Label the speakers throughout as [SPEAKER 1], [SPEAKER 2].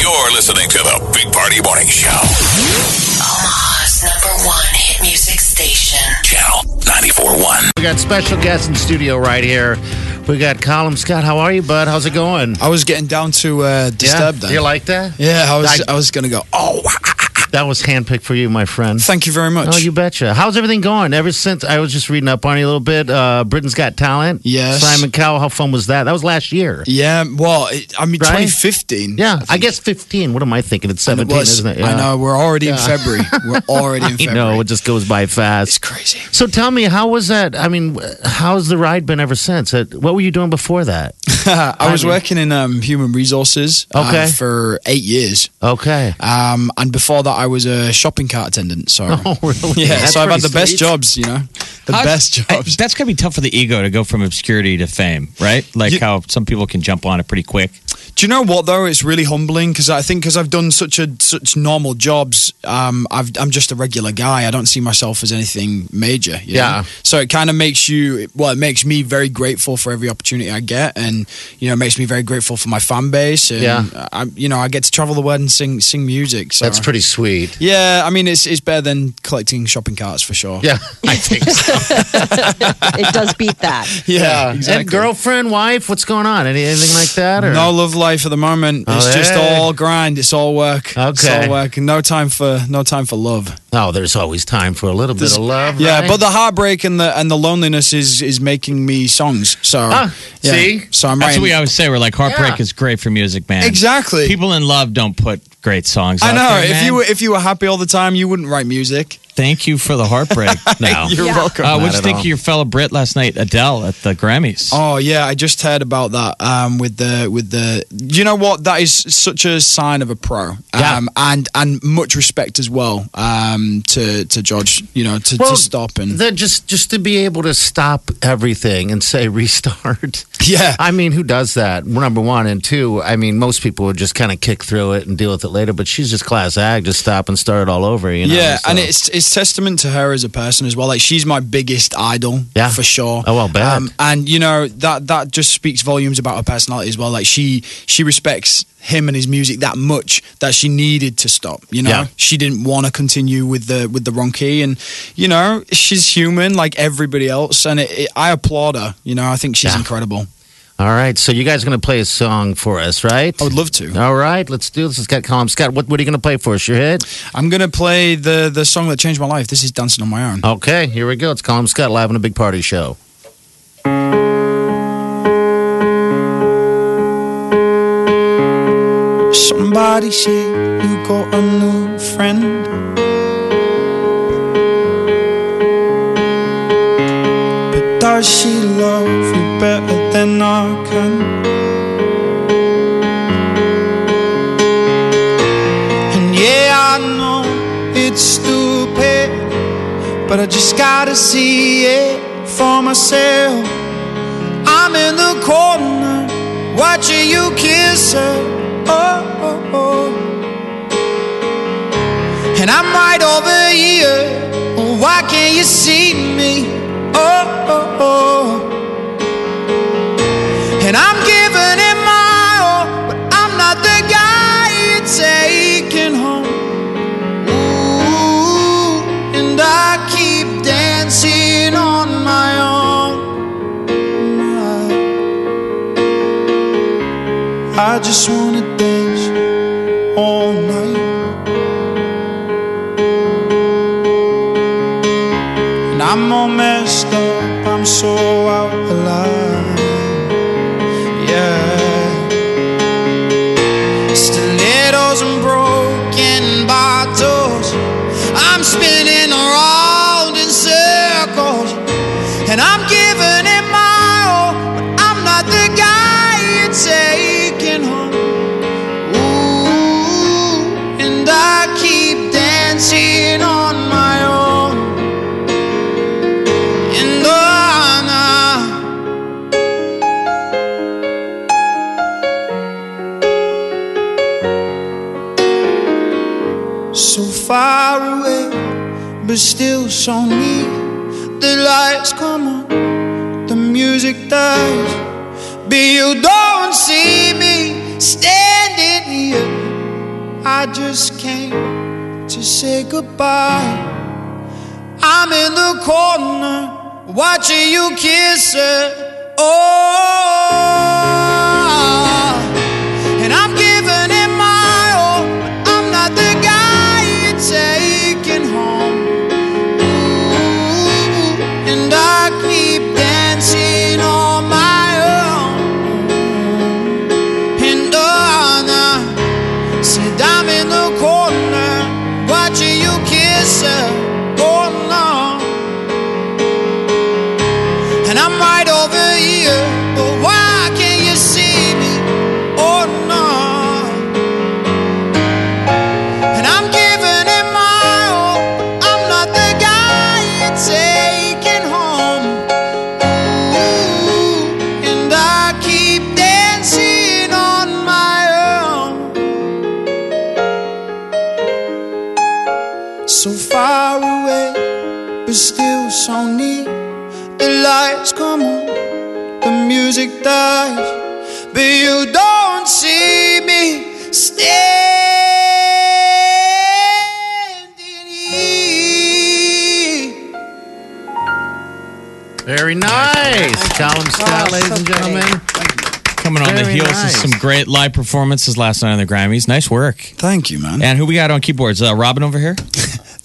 [SPEAKER 1] You're listening to the Big Party Morning Show.
[SPEAKER 2] Omaha's number one hit music station.
[SPEAKER 1] Channel 94.1.
[SPEAKER 3] We got special guests in studio right here. We got Colin Scott. How are you, bud? How's it going?
[SPEAKER 4] I was getting down to uh, disturbed.
[SPEAKER 3] yeah?
[SPEAKER 4] then.
[SPEAKER 3] You like that?
[SPEAKER 4] yeah, I was.
[SPEAKER 3] I-
[SPEAKER 4] I, was gonna go. Oh, ah, ah, ah."
[SPEAKER 3] That was handpicked for you, my friend.
[SPEAKER 4] thank you very much.
[SPEAKER 3] Oh, you betcha. How's everything going? Ever since I was just reading up on you a little bit, uh, Britain's Got Talent.
[SPEAKER 4] Yes.
[SPEAKER 3] Simon Cowell, how fun was that? That was last year.
[SPEAKER 4] yeah. Well, it, I mean,
[SPEAKER 3] Right?
[SPEAKER 4] 2015.
[SPEAKER 3] Yeah,
[SPEAKER 4] think.
[SPEAKER 3] I guess 15. What am I thinking? It's
[SPEAKER 4] And it
[SPEAKER 3] 17,
[SPEAKER 4] was-
[SPEAKER 3] isn't it?
[SPEAKER 4] I
[SPEAKER 3] Yeah.
[SPEAKER 4] know. We're already in February. We're already in
[SPEAKER 3] You
[SPEAKER 4] February.
[SPEAKER 3] know, it just goes by
[SPEAKER 4] it's
[SPEAKER 3] fast.
[SPEAKER 4] crazy.
[SPEAKER 3] So tell me, how was that? I mean, wh- how's the ride been ever since? Uh, What were you doing before that?
[SPEAKER 4] I, was
[SPEAKER 3] Uh, mean-
[SPEAKER 4] working in um, human resources. um,
[SPEAKER 3] Okay.
[SPEAKER 4] for eight years.
[SPEAKER 3] Okay.
[SPEAKER 4] Um, and before that, I was a shopping cart attendant. So.
[SPEAKER 3] Oh, really?
[SPEAKER 4] Yeah,
[SPEAKER 3] That's
[SPEAKER 4] so I've had
[SPEAKER 3] pretty
[SPEAKER 4] the best
[SPEAKER 3] sweet.
[SPEAKER 4] jobs, you know, the
[SPEAKER 5] How-
[SPEAKER 4] best
[SPEAKER 5] I-
[SPEAKER 4] jobs.
[SPEAKER 5] that's gonna be tough for the ego to go from obscurity to fame, right? Like
[SPEAKER 4] You-
[SPEAKER 5] how some people can jump on it pretty quick.
[SPEAKER 4] Do you know what though? It's really humbling because I think because I've done such a such normal jobs, um, I've, I'm just a regular guy. I don't see myself as anything major. you know?
[SPEAKER 3] Yeah.
[SPEAKER 4] So it kind of makes you well, it makes me very grateful for every opportunity I get, and you know, it makes me very grateful for my fan base. And
[SPEAKER 3] Yeah.
[SPEAKER 4] I, you know, I get to travel the world and sing sing music. So
[SPEAKER 3] That's pretty sweet.
[SPEAKER 4] Yeah, I mean, it's it's better than collecting shopping carts for sure.
[SPEAKER 3] Yeah, I think so.
[SPEAKER 6] it does beat that.
[SPEAKER 4] Yeah. Exactly.
[SPEAKER 3] And girlfriend, wife, what's going on? Any, anything like that? Or?
[SPEAKER 4] No love life at the moment.
[SPEAKER 3] Oh,
[SPEAKER 4] it's just
[SPEAKER 3] hey.
[SPEAKER 4] all grind. It's all work. It's
[SPEAKER 3] Okay.
[SPEAKER 4] all work. No time for no time for love.
[SPEAKER 3] Oh, there's always time for a little bit
[SPEAKER 4] There's-
[SPEAKER 3] of love.
[SPEAKER 4] Yeah,
[SPEAKER 3] right?
[SPEAKER 4] but the heartbreak and the and the loneliness is is making me songs. So
[SPEAKER 3] Ah,
[SPEAKER 4] yeah.
[SPEAKER 3] see?
[SPEAKER 4] so I'm
[SPEAKER 5] That's
[SPEAKER 4] writing.
[SPEAKER 5] what we always say. We're like, heartbreak
[SPEAKER 3] Yeah.
[SPEAKER 5] is great for music, man.
[SPEAKER 4] Exactly.
[SPEAKER 5] People in love don't put great songs.
[SPEAKER 4] I
[SPEAKER 5] out
[SPEAKER 4] know.
[SPEAKER 5] there,
[SPEAKER 4] if
[SPEAKER 5] man.
[SPEAKER 4] you were if you were happy all the time, you wouldn't write music.
[SPEAKER 5] thank you for the heartbreak. no,
[SPEAKER 4] You're welcome.
[SPEAKER 5] Uh,
[SPEAKER 3] Not
[SPEAKER 5] what did you
[SPEAKER 3] at
[SPEAKER 5] think
[SPEAKER 3] all.
[SPEAKER 5] of your fellow Brit last night, Adele, at the Grammys?
[SPEAKER 4] Oh yeah, I just heard about that um, with the with the. You know what? That is such a sign of a pro.
[SPEAKER 3] Yeah.
[SPEAKER 4] Um, and and much respect as well um, to to George. You know to, to stop and
[SPEAKER 3] the- just just to be able to stop everything and say restart.
[SPEAKER 4] yeah.
[SPEAKER 3] I mean, who does that? Number one and two. I mean, most people would just kind of kick through it and deal with it later. But she's just class act. Just stop and start it all over. You know.
[SPEAKER 4] yeah,
[SPEAKER 3] so-
[SPEAKER 4] and it's it's testament to her as a person as well. Like she's my biggest idol,
[SPEAKER 3] Yeah.
[SPEAKER 4] for sure.
[SPEAKER 3] Oh, I'll bet.
[SPEAKER 4] Um, and you know that that just speaks volumes about her personality as well. Like she she respects him and his music that much that she needed to stop. You know,
[SPEAKER 3] Yeah.
[SPEAKER 4] she didn't want to continue with the with the wrong key, and you know she's human like everybody else, and it, it, I applaud her. You know, I think she's
[SPEAKER 3] Yeah.
[SPEAKER 4] incredible.
[SPEAKER 3] all right. So you guys are gonna play a song for us, right?
[SPEAKER 4] I would love to.
[SPEAKER 3] All right, let's do this. It's got Colin Scott. What what are you gonna play for us? Your hit?
[SPEAKER 4] I'm gonna play the the song that changed my life. This is dancing on my own.
[SPEAKER 3] Okay, here we go. It's Colin Scott live on a big party show.
[SPEAKER 4] Somebody said you got a new friend. But does she love you better than I can? And yeah, I know it's stupid, but I just gotta see it for myself. I'm in the corner watching you kiss her. Oh, oh, oh. and I'm right over here. Oh, why can't you see me? Oh, oh, oh. and I'm giving it my all, but I'm not the guy you're taking home. Ooh, and I keep dancing on my own. I just wanna dance all night. And I'm all messed up, I'm so out of line. Yeah. Stilettos and broken bottles. I'm spinning around in circles. And I'm giving it my all, but I'm not the guy you're taking home. Ooh, so far away, but still so near. The lights come on, the music dies, but you don't see me standing here. I just came to say goodbye. I'm in the corner watching you kiss her. Oh, and I'm giving it my all, but I'm not the guy you're taking home. Ooh, Mm-hmm. and I keep dancing on my own. And oh, nah, said I'm in the corner watching you kiss her. Oh, no. And I'm right over here, but why can't you see me? Oh no. And I'm giving it my all. I'm not the guy you're taking home. Ooh, and I keep dancing on my own. So far away, but still so near. The lights come on, the music dies, but you don't see me standing here.
[SPEAKER 3] Very nice. Colin Scott, ladies and gentlemen.
[SPEAKER 5] Coming on the
[SPEAKER 3] Very
[SPEAKER 5] heels
[SPEAKER 3] nice.
[SPEAKER 5] of some great live performances last night on the Grammys. Nice work.
[SPEAKER 4] Thank you, man.
[SPEAKER 5] And who we got on keyboards? Uh, Robin over here.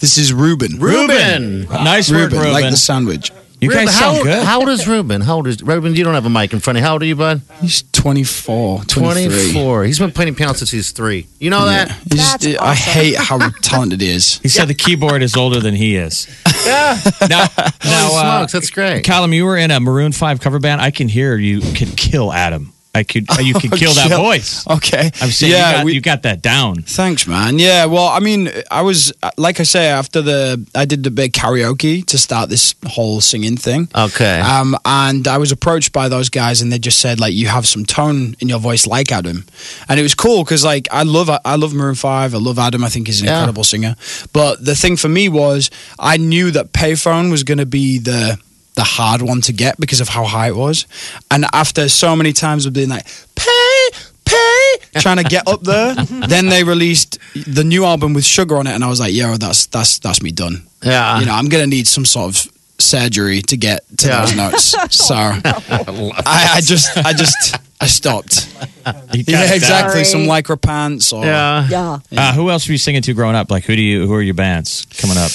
[SPEAKER 4] This is Ruben.
[SPEAKER 3] Ruben.
[SPEAKER 5] nice
[SPEAKER 4] Uh, Ruben,
[SPEAKER 5] work,
[SPEAKER 4] like
[SPEAKER 5] Ruben.
[SPEAKER 4] the sandwich.
[SPEAKER 5] you
[SPEAKER 3] Ruben,
[SPEAKER 5] guys
[SPEAKER 3] how,
[SPEAKER 5] sound good.
[SPEAKER 3] How old is Ruben? How old is Ruben? You don't have a mic in front of you. How old are you, bud?
[SPEAKER 4] He's 24, 23.
[SPEAKER 3] 24. He's been playing piano since he's three. You know that?
[SPEAKER 4] He's- uh, I hate how talented he is.
[SPEAKER 5] he said the keyboard is older than he is. Yeah. Now, now
[SPEAKER 3] Holy
[SPEAKER 5] uh,
[SPEAKER 3] smokes, that's great.
[SPEAKER 5] Callum, you were in a Maroon Five cover band. I can hear you could kill Adam. I could. uh, You could kill that
[SPEAKER 4] Kill-
[SPEAKER 5] voice.
[SPEAKER 4] Okay.
[SPEAKER 5] I'm saying
[SPEAKER 4] Oh, yeah,
[SPEAKER 5] you, got,
[SPEAKER 4] we-
[SPEAKER 5] you got that down.
[SPEAKER 4] Thanks, man. Yeah, well, I mean, I was uh, like I say after the I did the big karaoke to start this whole singing thing.
[SPEAKER 3] Okay.
[SPEAKER 4] Um, and I was approached by those guys, and they just said like, "You have some tone in your voice, like Adam," and it was cool because like I love I love Maroon Five, I love Adam, I think he's an
[SPEAKER 3] Yeah.
[SPEAKER 4] incredible singer. But the thing for me was I knew that Payphone was going to be the the hard one to get because of how high it was, and after so many times of being like pay pay trying to get up there, then they released the new album with Sugar on it, and I was like, "Yo, that's that's that's me done."
[SPEAKER 3] Yeah.
[SPEAKER 4] you know, I'm gonna need some sort of surgery to get to
[SPEAKER 3] Yeah.
[SPEAKER 4] those notes. So I, I just, I just, I stopped.
[SPEAKER 5] You got
[SPEAKER 4] Yeah,
[SPEAKER 5] that.
[SPEAKER 4] exactly.
[SPEAKER 6] Sorry.
[SPEAKER 4] Some lycra pants, or
[SPEAKER 3] yeah.
[SPEAKER 6] Yeah.
[SPEAKER 5] Uh, who else were you singing to growing up? Like who do you? Who are your bands coming up?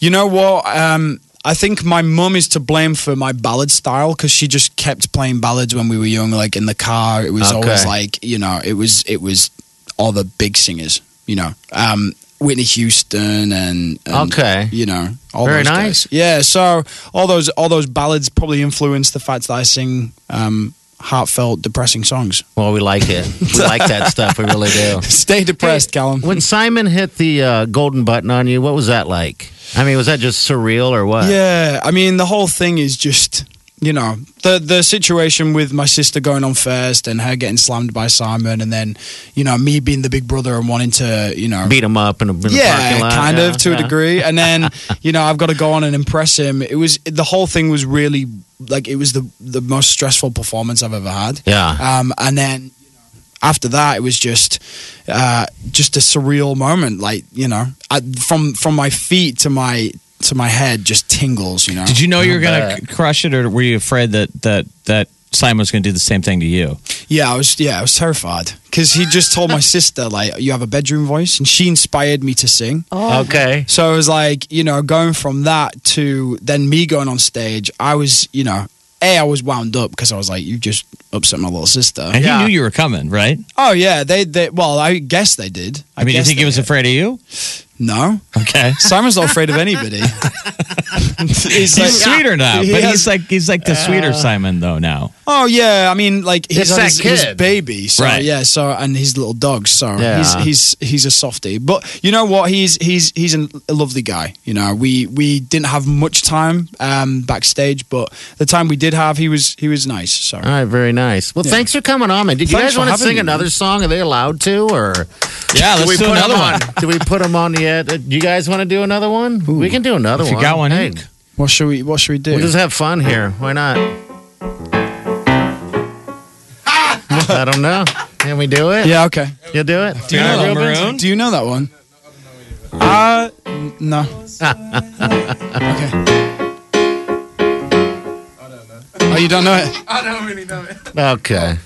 [SPEAKER 4] you know what? Um, I think my mum is to blame for my ballad style because she just kept playing ballads when we were young, like in the car. It was
[SPEAKER 3] Okay.
[SPEAKER 4] always like, you know, it was, it was all the big singers, you know. Um, Whitney Houston and, and
[SPEAKER 3] Okay.
[SPEAKER 4] you know, all
[SPEAKER 3] Very
[SPEAKER 4] those guys.
[SPEAKER 3] nice.
[SPEAKER 4] Yeah, so all those all those ballads probably influenced the fact that I sing um, heartfelt, depressing songs.
[SPEAKER 3] Well, we like it. We like that stuff. We really do.
[SPEAKER 4] Stay depressed, Callum.
[SPEAKER 3] When Simon hit the uh, golden button on you, what was that like? I mean, was that just surreal or what?
[SPEAKER 4] Yeah, I mean the whole thing is just you know the the situation with my sister going on first and her getting slammed by Simon, and then you know me being the big brother and wanting to you know
[SPEAKER 3] Beat him up in, a, in the
[SPEAKER 4] yeah,
[SPEAKER 3] parking lot.
[SPEAKER 4] kind of to
[SPEAKER 3] yeah.
[SPEAKER 4] a degree. And then you know I've got to go on and impress him. It was the whole thing was really like it was the the most stressful performance I've ever had.
[SPEAKER 3] Yeah.
[SPEAKER 4] Um, and then you know, after that, it was just uh, just a surreal moment. Like you know, I, from from my feet to my to my head, just tingles. You know.
[SPEAKER 5] Did you know you were gonna
[SPEAKER 3] bet.
[SPEAKER 5] c- crush it, or were you afraid that that that Simon was gonna do the same thing to you?
[SPEAKER 4] Yeah, I was. Yeah, I was terrified because he just told my sister like, "You have a bedroom voice," and she inspired me to sing.
[SPEAKER 6] Oh,
[SPEAKER 3] Oh, Okay.
[SPEAKER 4] So it was like, you know, going from that to then me going on stage, I was, you know, A, I was wound up because I was like, you just upset my little sister.
[SPEAKER 5] And
[SPEAKER 3] Yeah.
[SPEAKER 5] he knew you were coming, right?
[SPEAKER 4] Oh, yeah, they, they, well, I guess they did.
[SPEAKER 5] I, mean, do you
[SPEAKER 4] guess
[SPEAKER 5] think
[SPEAKER 4] they
[SPEAKER 5] he was
[SPEAKER 4] did.
[SPEAKER 5] afraid of you?
[SPEAKER 4] No.
[SPEAKER 5] Okay.
[SPEAKER 4] Simon's not afraid of anybody. he's like,
[SPEAKER 5] He's sweeter now,
[SPEAKER 4] He
[SPEAKER 5] but
[SPEAKER 4] has-
[SPEAKER 5] he's like he's like the sweeter Simon though now.
[SPEAKER 4] oh, yeah, I mean, like, he's
[SPEAKER 3] It's
[SPEAKER 4] got
[SPEAKER 3] that
[SPEAKER 4] his, his
[SPEAKER 3] kid.
[SPEAKER 4] baby, so,
[SPEAKER 5] Right.
[SPEAKER 4] yeah, so, and his little dog, so,
[SPEAKER 3] Yeah.
[SPEAKER 4] he's, he's, he's a softie. But you know what? He's, he's, he's a lovely guy. You know, we, we didn't have much time, um, backstage, but the time we did have, he was, he was nice, so.
[SPEAKER 3] All right, very nice. Well, thanks for coming on, man. Did you guys
[SPEAKER 4] Thanks for
[SPEAKER 3] want to
[SPEAKER 4] having
[SPEAKER 3] sing
[SPEAKER 4] me,
[SPEAKER 3] another
[SPEAKER 4] man.
[SPEAKER 3] song? Are they allowed to, or
[SPEAKER 5] Yeah, let's
[SPEAKER 3] we
[SPEAKER 5] do
[SPEAKER 3] put
[SPEAKER 5] another
[SPEAKER 3] him
[SPEAKER 5] one.
[SPEAKER 3] on- Do we put them on yet? Uh, You guys want to do another one? We can do another
[SPEAKER 5] If you
[SPEAKER 3] one.
[SPEAKER 5] got one, eh?
[SPEAKER 3] Hey,
[SPEAKER 5] Hank.
[SPEAKER 4] What should we? What should we do?
[SPEAKER 3] we'll just have fun here. Why not? I don't know. Can we do it?
[SPEAKER 4] yeah. Okay.
[SPEAKER 3] You'll do it?
[SPEAKER 5] Do you know
[SPEAKER 3] Alright, Gilbert?
[SPEAKER 5] Maroon?
[SPEAKER 4] Do you know that one? Uh, n- no. okay. Oh, you don't know it?
[SPEAKER 3] Okay.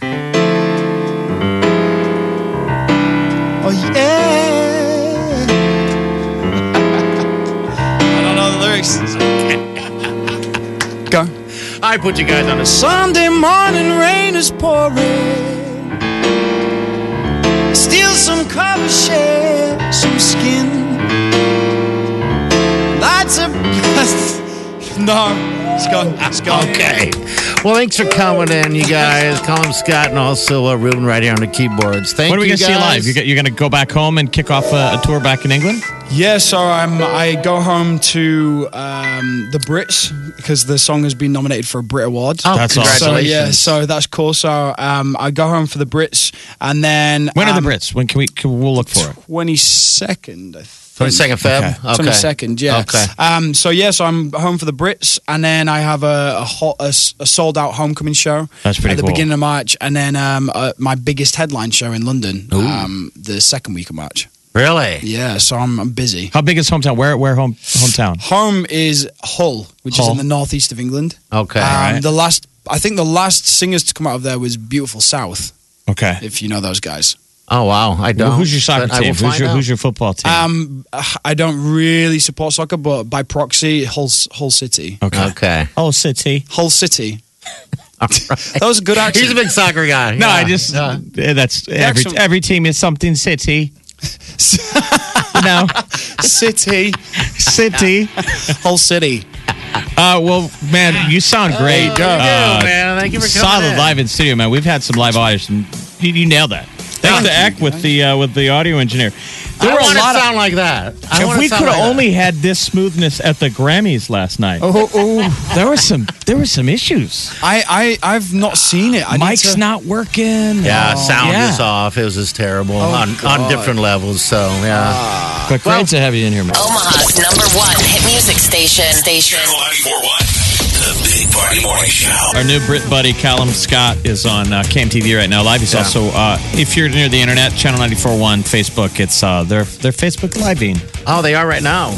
[SPEAKER 4] Oh yeah. I don't know the lyrics. Go.
[SPEAKER 3] I put you guys on a
[SPEAKER 4] Sunday morning rain is pouring. Steal some cover, share some skin. Lights up. no, it's gone. It's gone.
[SPEAKER 3] Okay. Well, thanks for coming in, you guys. Colin Scott and also uh, Ruben right here on the keyboards. Thank
[SPEAKER 5] When are we
[SPEAKER 3] you
[SPEAKER 5] going to see you
[SPEAKER 3] guys.
[SPEAKER 5] live? You're, go- you're going to go back home and kick off a, a tour back in England?
[SPEAKER 4] Yeah, so I'm, I go home to um, the Brits because the song has been nominated for a Brit Award.
[SPEAKER 3] Oh,
[SPEAKER 5] That's awesome.
[SPEAKER 4] So
[SPEAKER 3] congratulations.
[SPEAKER 4] yeah, so that's cool. So um, I go home for the Brits, and then
[SPEAKER 5] When are
[SPEAKER 4] um,
[SPEAKER 5] the Brits? When can we? Can, we'll look for it.
[SPEAKER 4] Twenty second, I think.
[SPEAKER 3] 22nd Feb? Okay.
[SPEAKER 4] Twenty second, yeah.
[SPEAKER 3] Okay.
[SPEAKER 4] Um, so yeah, so I'm home for the Brits, and then I have a, a, hot, a, sold out homecoming show.
[SPEAKER 5] That's pretty
[SPEAKER 4] At the
[SPEAKER 5] cool.
[SPEAKER 4] beginning of March, and then um, uh, my biggest headline show in London, um, the second week of March.
[SPEAKER 3] Really?
[SPEAKER 4] Yeah, so I'm, I'm busy.
[SPEAKER 5] How big is hometown? Where? Where home? Hometown?
[SPEAKER 4] Home is Hull, which is
[SPEAKER 5] Hull.
[SPEAKER 4] in the northeast of England.
[SPEAKER 3] Okay.
[SPEAKER 4] Um,
[SPEAKER 5] Alright.
[SPEAKER 4] The last, I think, the last singers to come out of there was Beautiful South.
[SPEAKER 5] Okay.
[SPEAKER 4] If you know those guys,
[SPEAKER 3] Oh, wow. I don't.
[SPEAKER 5] Well, who's your soccer
[SPEAKER 3] but I will
[SPEAKER 5] team? Who's
[SPEAKER 3] find
[SPEAKER 5] your,
[SPEAKER 3] out.
[SPEAKER 5] who's your football team?
[SPEAKER 4] um, I don't really support soccer, but by proxy, Hull, Hull City,
[SPEAKER 5] okay.
[SPEAKER 3] Okay.
[SPEAKER 5] Oh, City.
[SPEAKER 4] Hull City.
[SPEAKER 3] All right.
[SPEAKER 4] That was a good
[SPEAKER 3] He's a
[SPEAKER 4] accent.
[SPEAKER 3] big soccer guy.
[SPEAKER 5] No,
[SPEAKER 3] Yeah.
[SPEAKER 5] I just
[SPEAKER 3] Yeah.
[SPEAKER 5] eh, that's every
[SPEAKER 4] Excellent.
[SPEAKER 5] every team is something City. no,
[SPEAKER 4] City,
[SPEAKER 5] City.
[SPEAKER 4] Hull City.
[SPEAKER 5] Uh, well, man, you sound great.
[SPEAKER 3] Yeah,
[SPEAKER 5] Uh,
[SPEAKER 3] man. Thank you for coming
[SPEAKER 5] solid
[SPEAKER 3] in.
[SPEAKER 5] live in studio, man. We've had some live audience. And you, you nailed that. Thanks to Eck with the uh, with the audio engineer. There
[SPEAKER 3] I
[SPEAKER 5] were a
[SPEAKER 3] want to
[SPEAKER 5] lot of.
[SPEAKER 3] sound like that. I
[SPEAKER 5] If
[SPEAKER 3] wanna
[SPEAKER 5] we
[SPEAKER 3] sound
[SPEAKER 5] could have
[SPEAKER 3] like that.
[SPEAKER 5] only had this smoothness at the Grammys last night,
[SPEAKER 4] Oh, oh.
[SPEAKER 5] there were some there were some issues.
[SPEAKER 4] I, I, I've not seen it. I need
[SPEAKER 5] Mike's
[SPEAKER 4] to-
[SPEAKER 5] not working. Oh,
[SPEAKER 3] Yeah, sound
[SPEAKER 5] Yeah. Oh,
[SPEAKER 3] is off. It was just terrible on, on
[SPEAKER 4] God.
[SPEAKER 3] different levels. So, yeah.
[SPEAKER 5] But great to have you in here, man.
[SPEAKER 2] Omaha's number one hit music station. Station.
[SPEAKER 1] Channel 941. The Big Party Morning Show.
[SPEAKER 5] Our new Brit buddy Callum Scott is on uh, Cam TV right now live. He's also, uh, if you're near the internet, Channel 94.1, Facebook. It's uh, their their Facebook living.
[SPEAKER 3] oh, they are right now.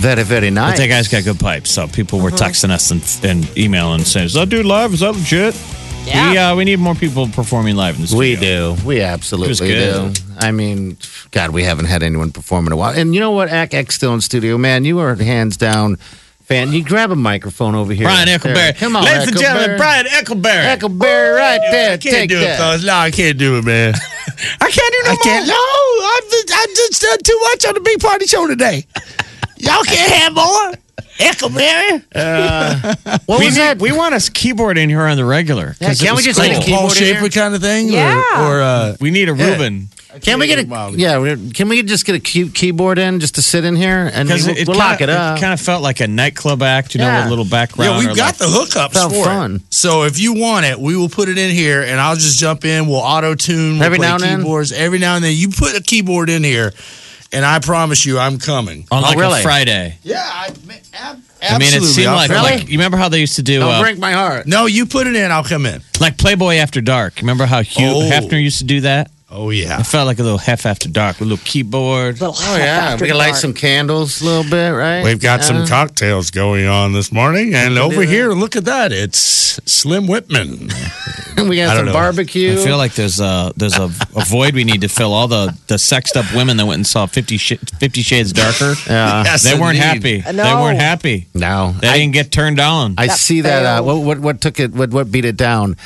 [SPEAKER 3] Very, very
[SPEAKER 5] But
[SPEAKER 3] nice. Uh-huh.
[SPEAKER 5] that guy's got good pipes, so people were texting us and, and emailing and saying, "Is that dude live? Is that legit?"
[SPEAKER 6] Yeah.
[SPEAKER 5] We, uh, we need more people performing live in the studio.
[SPEAKER 3] We do. We absolutely
[SPEAKER 5] It was
[SPEAKER 3] do. I mean, God, we haven't had anyone perform in a while. And you know what, Ack X still in studio, man. You are hands down fan. You grab a microphone over here,
[SPEAKER 5] Brian
[SPEAKER 3] There.
[SPEAKER 5] Eckleberry.
[SPEAKER 3] Come on,
[SPEAKER 5] ladies and gentlemen,
[SPEAKER 3] Eckleberry.
[SPEAKER 5] Brian Eckleberry.
[SPEAKER 3] Eckleberry, right there.
[SPEAKER 5] I can't
[SPEAKER 3] Take
[SPEAKER 5] do it,
[SPEAKER 3] that.
[SPEAKER 5] fellas.
[SPEAKER 7] No, I can't do it, man.
[SPEAKER 5] I can't do no
[SPEAKER 7] I can't. No, I'm just, I just done too much on the big party show today. Y'all can't have more. Eckleberry.
[SPEAKER 3] What
[SPEAKER 5] We,
[SPEAKER 3] was
[SPEAKER 5] need-
[SPEAKER 3] that?
[SPEAKER 5] we want us keyboard in here on the regular. 'cause
[SPEAKER 3] Yeah,
[SPEAKER 5] it
[SPEAKER 3] can't we
[SPEAKER 5] was
[SPEAKER 3] just
[SPEAKER 5] cool.
[SPEAKER 3] like a
[SPEAKER 7] Paul
[SPEAKER 3] keyboard in
[SPEAKER 7] Schaefer
[SPEAKER 3] here?
[SPEAKER 7] kind of thing.
[SPEAKER 6] Yeah.
[SPEAKER 7] Or, or uh,
[SPEAKER 5] We need a Reuben.
[SPEAKER 3] Can we get a yeah? we- Can we just get a key, keyboard in just to sit in here and
[SPEAKER 5] Because
[SPEAKER 3] we'll,
[SPEAKER 5] it, it
[SPEAKER 3] we'll
[SPEAKER 5] kinda,
[SPEAKER 3] lock it up?
[SPEAKER 5] kind of felt like a nightclub act, you know,
[SPEAKER 3] Yeah.
[SPEAKER 5] with a little background.
[SPEAKER 7] yeah,
[SPEAKER 5] or
[SPEAKER 7] we've got
[SPEAKER 5] like,
[SPEAKER 7] the hookups
[SPEAKER 3] Sounds
[SPEAKER 7] for
[SPEAKER 3] fun.
[SPEAKER 7] it. So if you want it, we will put it in here, and I'll just jump in. We'll auto tune. We'll
[SPEAKER 3] Every
[SPEAKER 7] play
[SPEAKER 3] now and then?
[SPEAKER 7] keyboards every now and then. You put a keyboard in here, and I promise you, I'm coming.
[SPEAKER 5] on
[SPEAKER 3] Oh,
[SPEAKER 5] like
[SPEAKER 3] really?
[SPEAKER 5] a Friday.
[SPEAKER 7] Yeah, I, ab-
[SPEAKER 5] I mean, it seemed like,
[SPEAKER 3] Really?
[SPEAKER 5] like you remember how they used to do
[SPEAKER 3] Don't
[SPEAKER 5] uh,
[SPEAKER 3] break my heart.
[SPEAKER 7] no, you put it in, I'll come in.
[SPEAKER 5] like Playboy After Dark. Remember how Hugh
[SPEAKER 7] Oh.
[SPEAKER 5] Hefner used to do that?
[SPEAKER 7] Oh yeah.
[SPEAKER 5] It felt like a little half after dark, with a little keyboard.
[SPEAKER 6] Little
[SPEAKER 3] Oh yeah, we can light some candles a little bit, right? Uh,
[SPEAKER 7] We've got
[SPEAKER 3] Yeah.
[SPEAKER 7] some cocktails going on this morning, and over
[SPEAKER 3] do that.
[SPEAKER 7] here, look at that. It's Slim Whitman.
[SPEAKER 3] we
[SPEAKER 7] I
[SPEAKER 3] got
[SPEAKER 7] don't
[SPEAKER 3] some
[SPEAKER 7] know.
[SPEAKER 3] barbecue.
[SPEAKER 5] I feel like there's a there's a, a void we need to fill. All the the sexed up women that went and saw Fifty, sh- 50 Shades Darker,
[SPEAKER 3] yeah.
[SPEAKER 7] Yes,
[SPEAKER 5] they weren't
[SPEAKER 7] indeed.
[SPEAKER 5] happy. They
[SPEAKER 6] No.
[SPEAKER 5] weren't happy.
[SPEAKER 3] No,
[SPEAKER 5] They didn't get turned on.
[SPEAKER 3] I
[SPEAKER 6] That
[SPEAKER 3] see that. Uh,
[SPEAKER 6] failed.
[SPEAKER 3] what, what what took it? What what beat it down?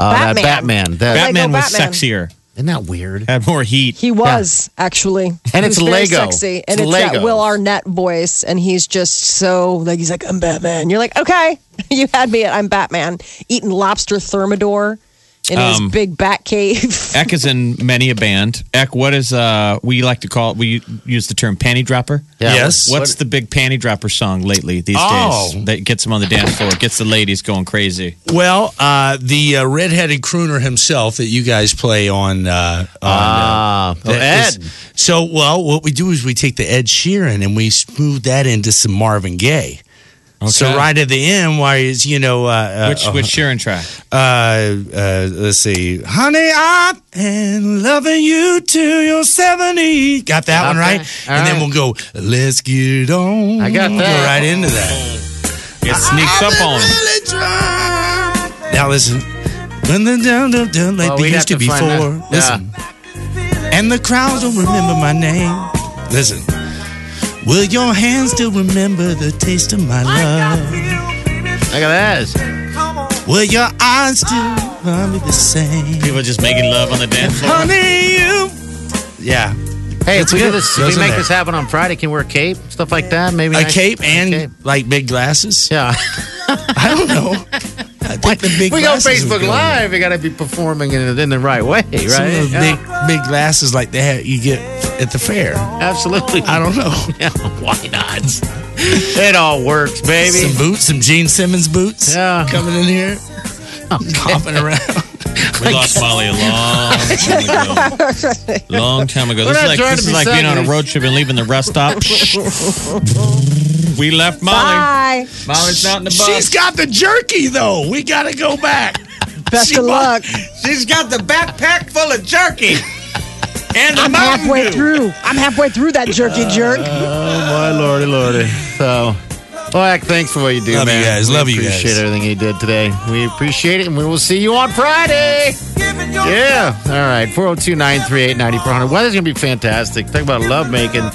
[SPEAKER 3] Uh, That
[SPEAKER 6] Batman.
[SPEAKER 3] Batman. That,
[SPEAKER 6] Lego
[SPEAKER 5] Batman was
[SPEAKER 6] Batman.
[SPEAKER 5] sexier,
[SPEAKER 3] Isn't that weird?
[SPEAKER 5] had more heat.
[SPEAKER 6] He was actually,
[SPEAKER 3] And
[SPEAKER 6] He
[SPEAKER 3] it's
[SPEAKER 6] was very
[SPEAKER 3] Lego.
[SPEAKER 6] sexy, and
[SPEAKER 3] It's
[SPEAKER 6] it's,
[SPEAKER 3] Lego.
[SPEAKER 6] that Will Arnett voice, and he's just so like he's like I'm Batman. You're like, okay, you had me at I'm Batman, eating lobster thermidor in
[SPEAKER 5] Um,
[SPEAKER 6] his big bat cave.
[SPEAKER 5] Eck is in many a band. Eck, what is uh we like to call we use the term panty dropper.
[SPEAKER 3] Yeah.
[SPEAKER 7] Yes.
[SPEAKER 5] What's the big panty dropper song lately these
[SPEAKER 7] Oh.
[SPEAKER 5] days that gets them on the dance floor, gets the ladies going crazy?
[SPEAKER 7] Well, uh, the uh, redheaded crooner himself that you guys play on. Uh, on uh,
[SPEAKER 3] Ah, oh,
[SPEAKER 7] that
[SPEAKER 3] Ed.
[SPEAKER 7] is- So, well, what we do is we take the Ed Sheeran and we smooth that into some Marvin Gaye. So right at the end, why is you know uh,
[SPEAKER 5] Which
[SPEAKER 7] uh,
[SPEAKER 5] which Sheeran track?
[SPEAKER 7] uh, uh, let's see, honey, I and loving you till you're seventy. E. Got that one
[SPEAKER 3] Okay.
[SPEAKER 7] right,
[SPEAKER 3] All
[SPEAKER 7] and
[SPEAKER 3] right.
[SPEAKER 7] then we'll go. Let's get it on.
[SPEAKER 3] I got
[SPEAKER 7] Go
[SPEAKER 3] that.
[SPEAKER 7] right into that.
[SPEAKER 5] It sneaks up on him.
[SPEAKER 7] Now listen, dun, dun, dun, dun, dun, like
[SPEAKER 3] Well,
[SPEAKER 7] they
[SPEAKER 3] we'd have
[SPEAKER 7] used to,
[SPEAKER 3] to
[SPEAKER 7] be
[SPEAKER 3] find out.
[SPEAKER 7] before. Listen, and the crowds don't remember my name. Listen, will your hands still remember the taste of my love?
[SPEAKER 3] Look at that.
[SPEAKER 7] Will your eyes still remember the same?
[SPEAKER 5] People just making love on the dance floor.
[SPEAKER 7] Honey, you. Yeah,
[SPEAKER 3] Hey, if we do
[SPEAKER 7] good.
[SPEAKER 3] this,
[SPEAKER 7] Those
[SPEAKER 3] if we
[SPEAKER 7] are
[SPEAKER 3] make
[SPEAKER 7] there.
[SPEAKER 3] this happen on Friday, can we wear a cape, stuff like that. Maybe
[SPEAKER 7] a
[SPEAKER 3] nice-
[SPEAKER 7] cape and
[SPEAKER 3] cape.
[SPEAKER 7] like big glasses.
[SPEAKER 3] yeah.
[SPEAKER 7] I don't know. I think the big
[SPEAKER 3] we go
[SPEAKER 7] glasses would
[SPEAKER 3] Facebook
[SPEAKER 7] go.
[SPEAKER 3] Live. You got to be performing in, in the right way, right?
[SPEAKER 7] Some of those
[SPEAKER 3] Yeah,
[SPEAKER 7] big, big glasses like they have you get at the fair.
[SPEAKER 3] absolutely.
[SPEAKER 7] I don't know.
[SPEAKER 3] Yeah, why
[SPEAKER 7] Ah,
[SPEAKER 3] not? It all works, baby.
[SPEAKER 7] Some boots, some Gene Simmons boots.
[SPEAKER 3] Yeah.
[SPEAKER 7] Coming in here, hopping around.
[SPEAKER 5] We lost Molly a long time ago. Long time ago.
[SPEAKER 3] We're
[SPEAKER 5] This
[SPEAKER 3] not
[SPEAKER 5] is like,
[SPEAKER 3] trying
[SPEAKER 5] this
[SPEAKER 3] to
[SPEAKER 5] is
[SPEAKER 3] be
[SPEAKER 5] like being on a
[SPEAKER 3] sudden.
[SPEAKER 5] road trip and leaving the rest stop. we left Molly.
[SPEAKER 6] Bye.
[SPEAKER 5] Molly's not in the bus.
[SPEAKER 7] She's got the jerky though. We gotta go back.
[SPEAKER 6] Best of luck.
[SPEAKER 7] She's got the backpack full of jerky. And the
[SPEAKER 6] Halfway through. I'm halfway through that jerky jerk.
[SPEAKER 3] Oh my lordy, lordy. So, Black, thanks for what you do,
[SPEAKER 7] Love you
[SPEAKER 3] man.
[SPEAKER 7] guys.
[SPEAKER 3] We
[SPEAKER 7] Love you
[SPEAKER 3] Appreciate
[SPEAKER 7] guys.
[SPEAKER 3] everything you did today. We appreciate it, and we will see you on Friday. Yeah. All right. 402 938 9400. Weather's going to be fantastic. Talk about love making.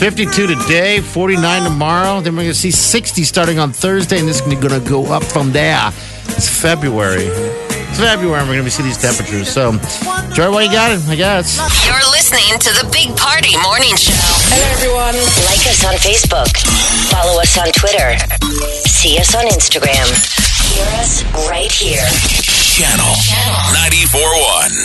[SPEAKER 3] 52 today, 49 tomorrow. Then we're going to see 60 starting on Thursday, and this is going to go up from there. It's February. It's February, and we're going to see these temperatures. So, enjoy while you got it, I guess.
[SPEAKER 2] You're listening to the Big Party Morning Show. Hello, everyone. Like us on Facebook. Follow us on Twitter. See us on Instagram. Hear us right here.
[SPEAKER 1] Channel 94.1.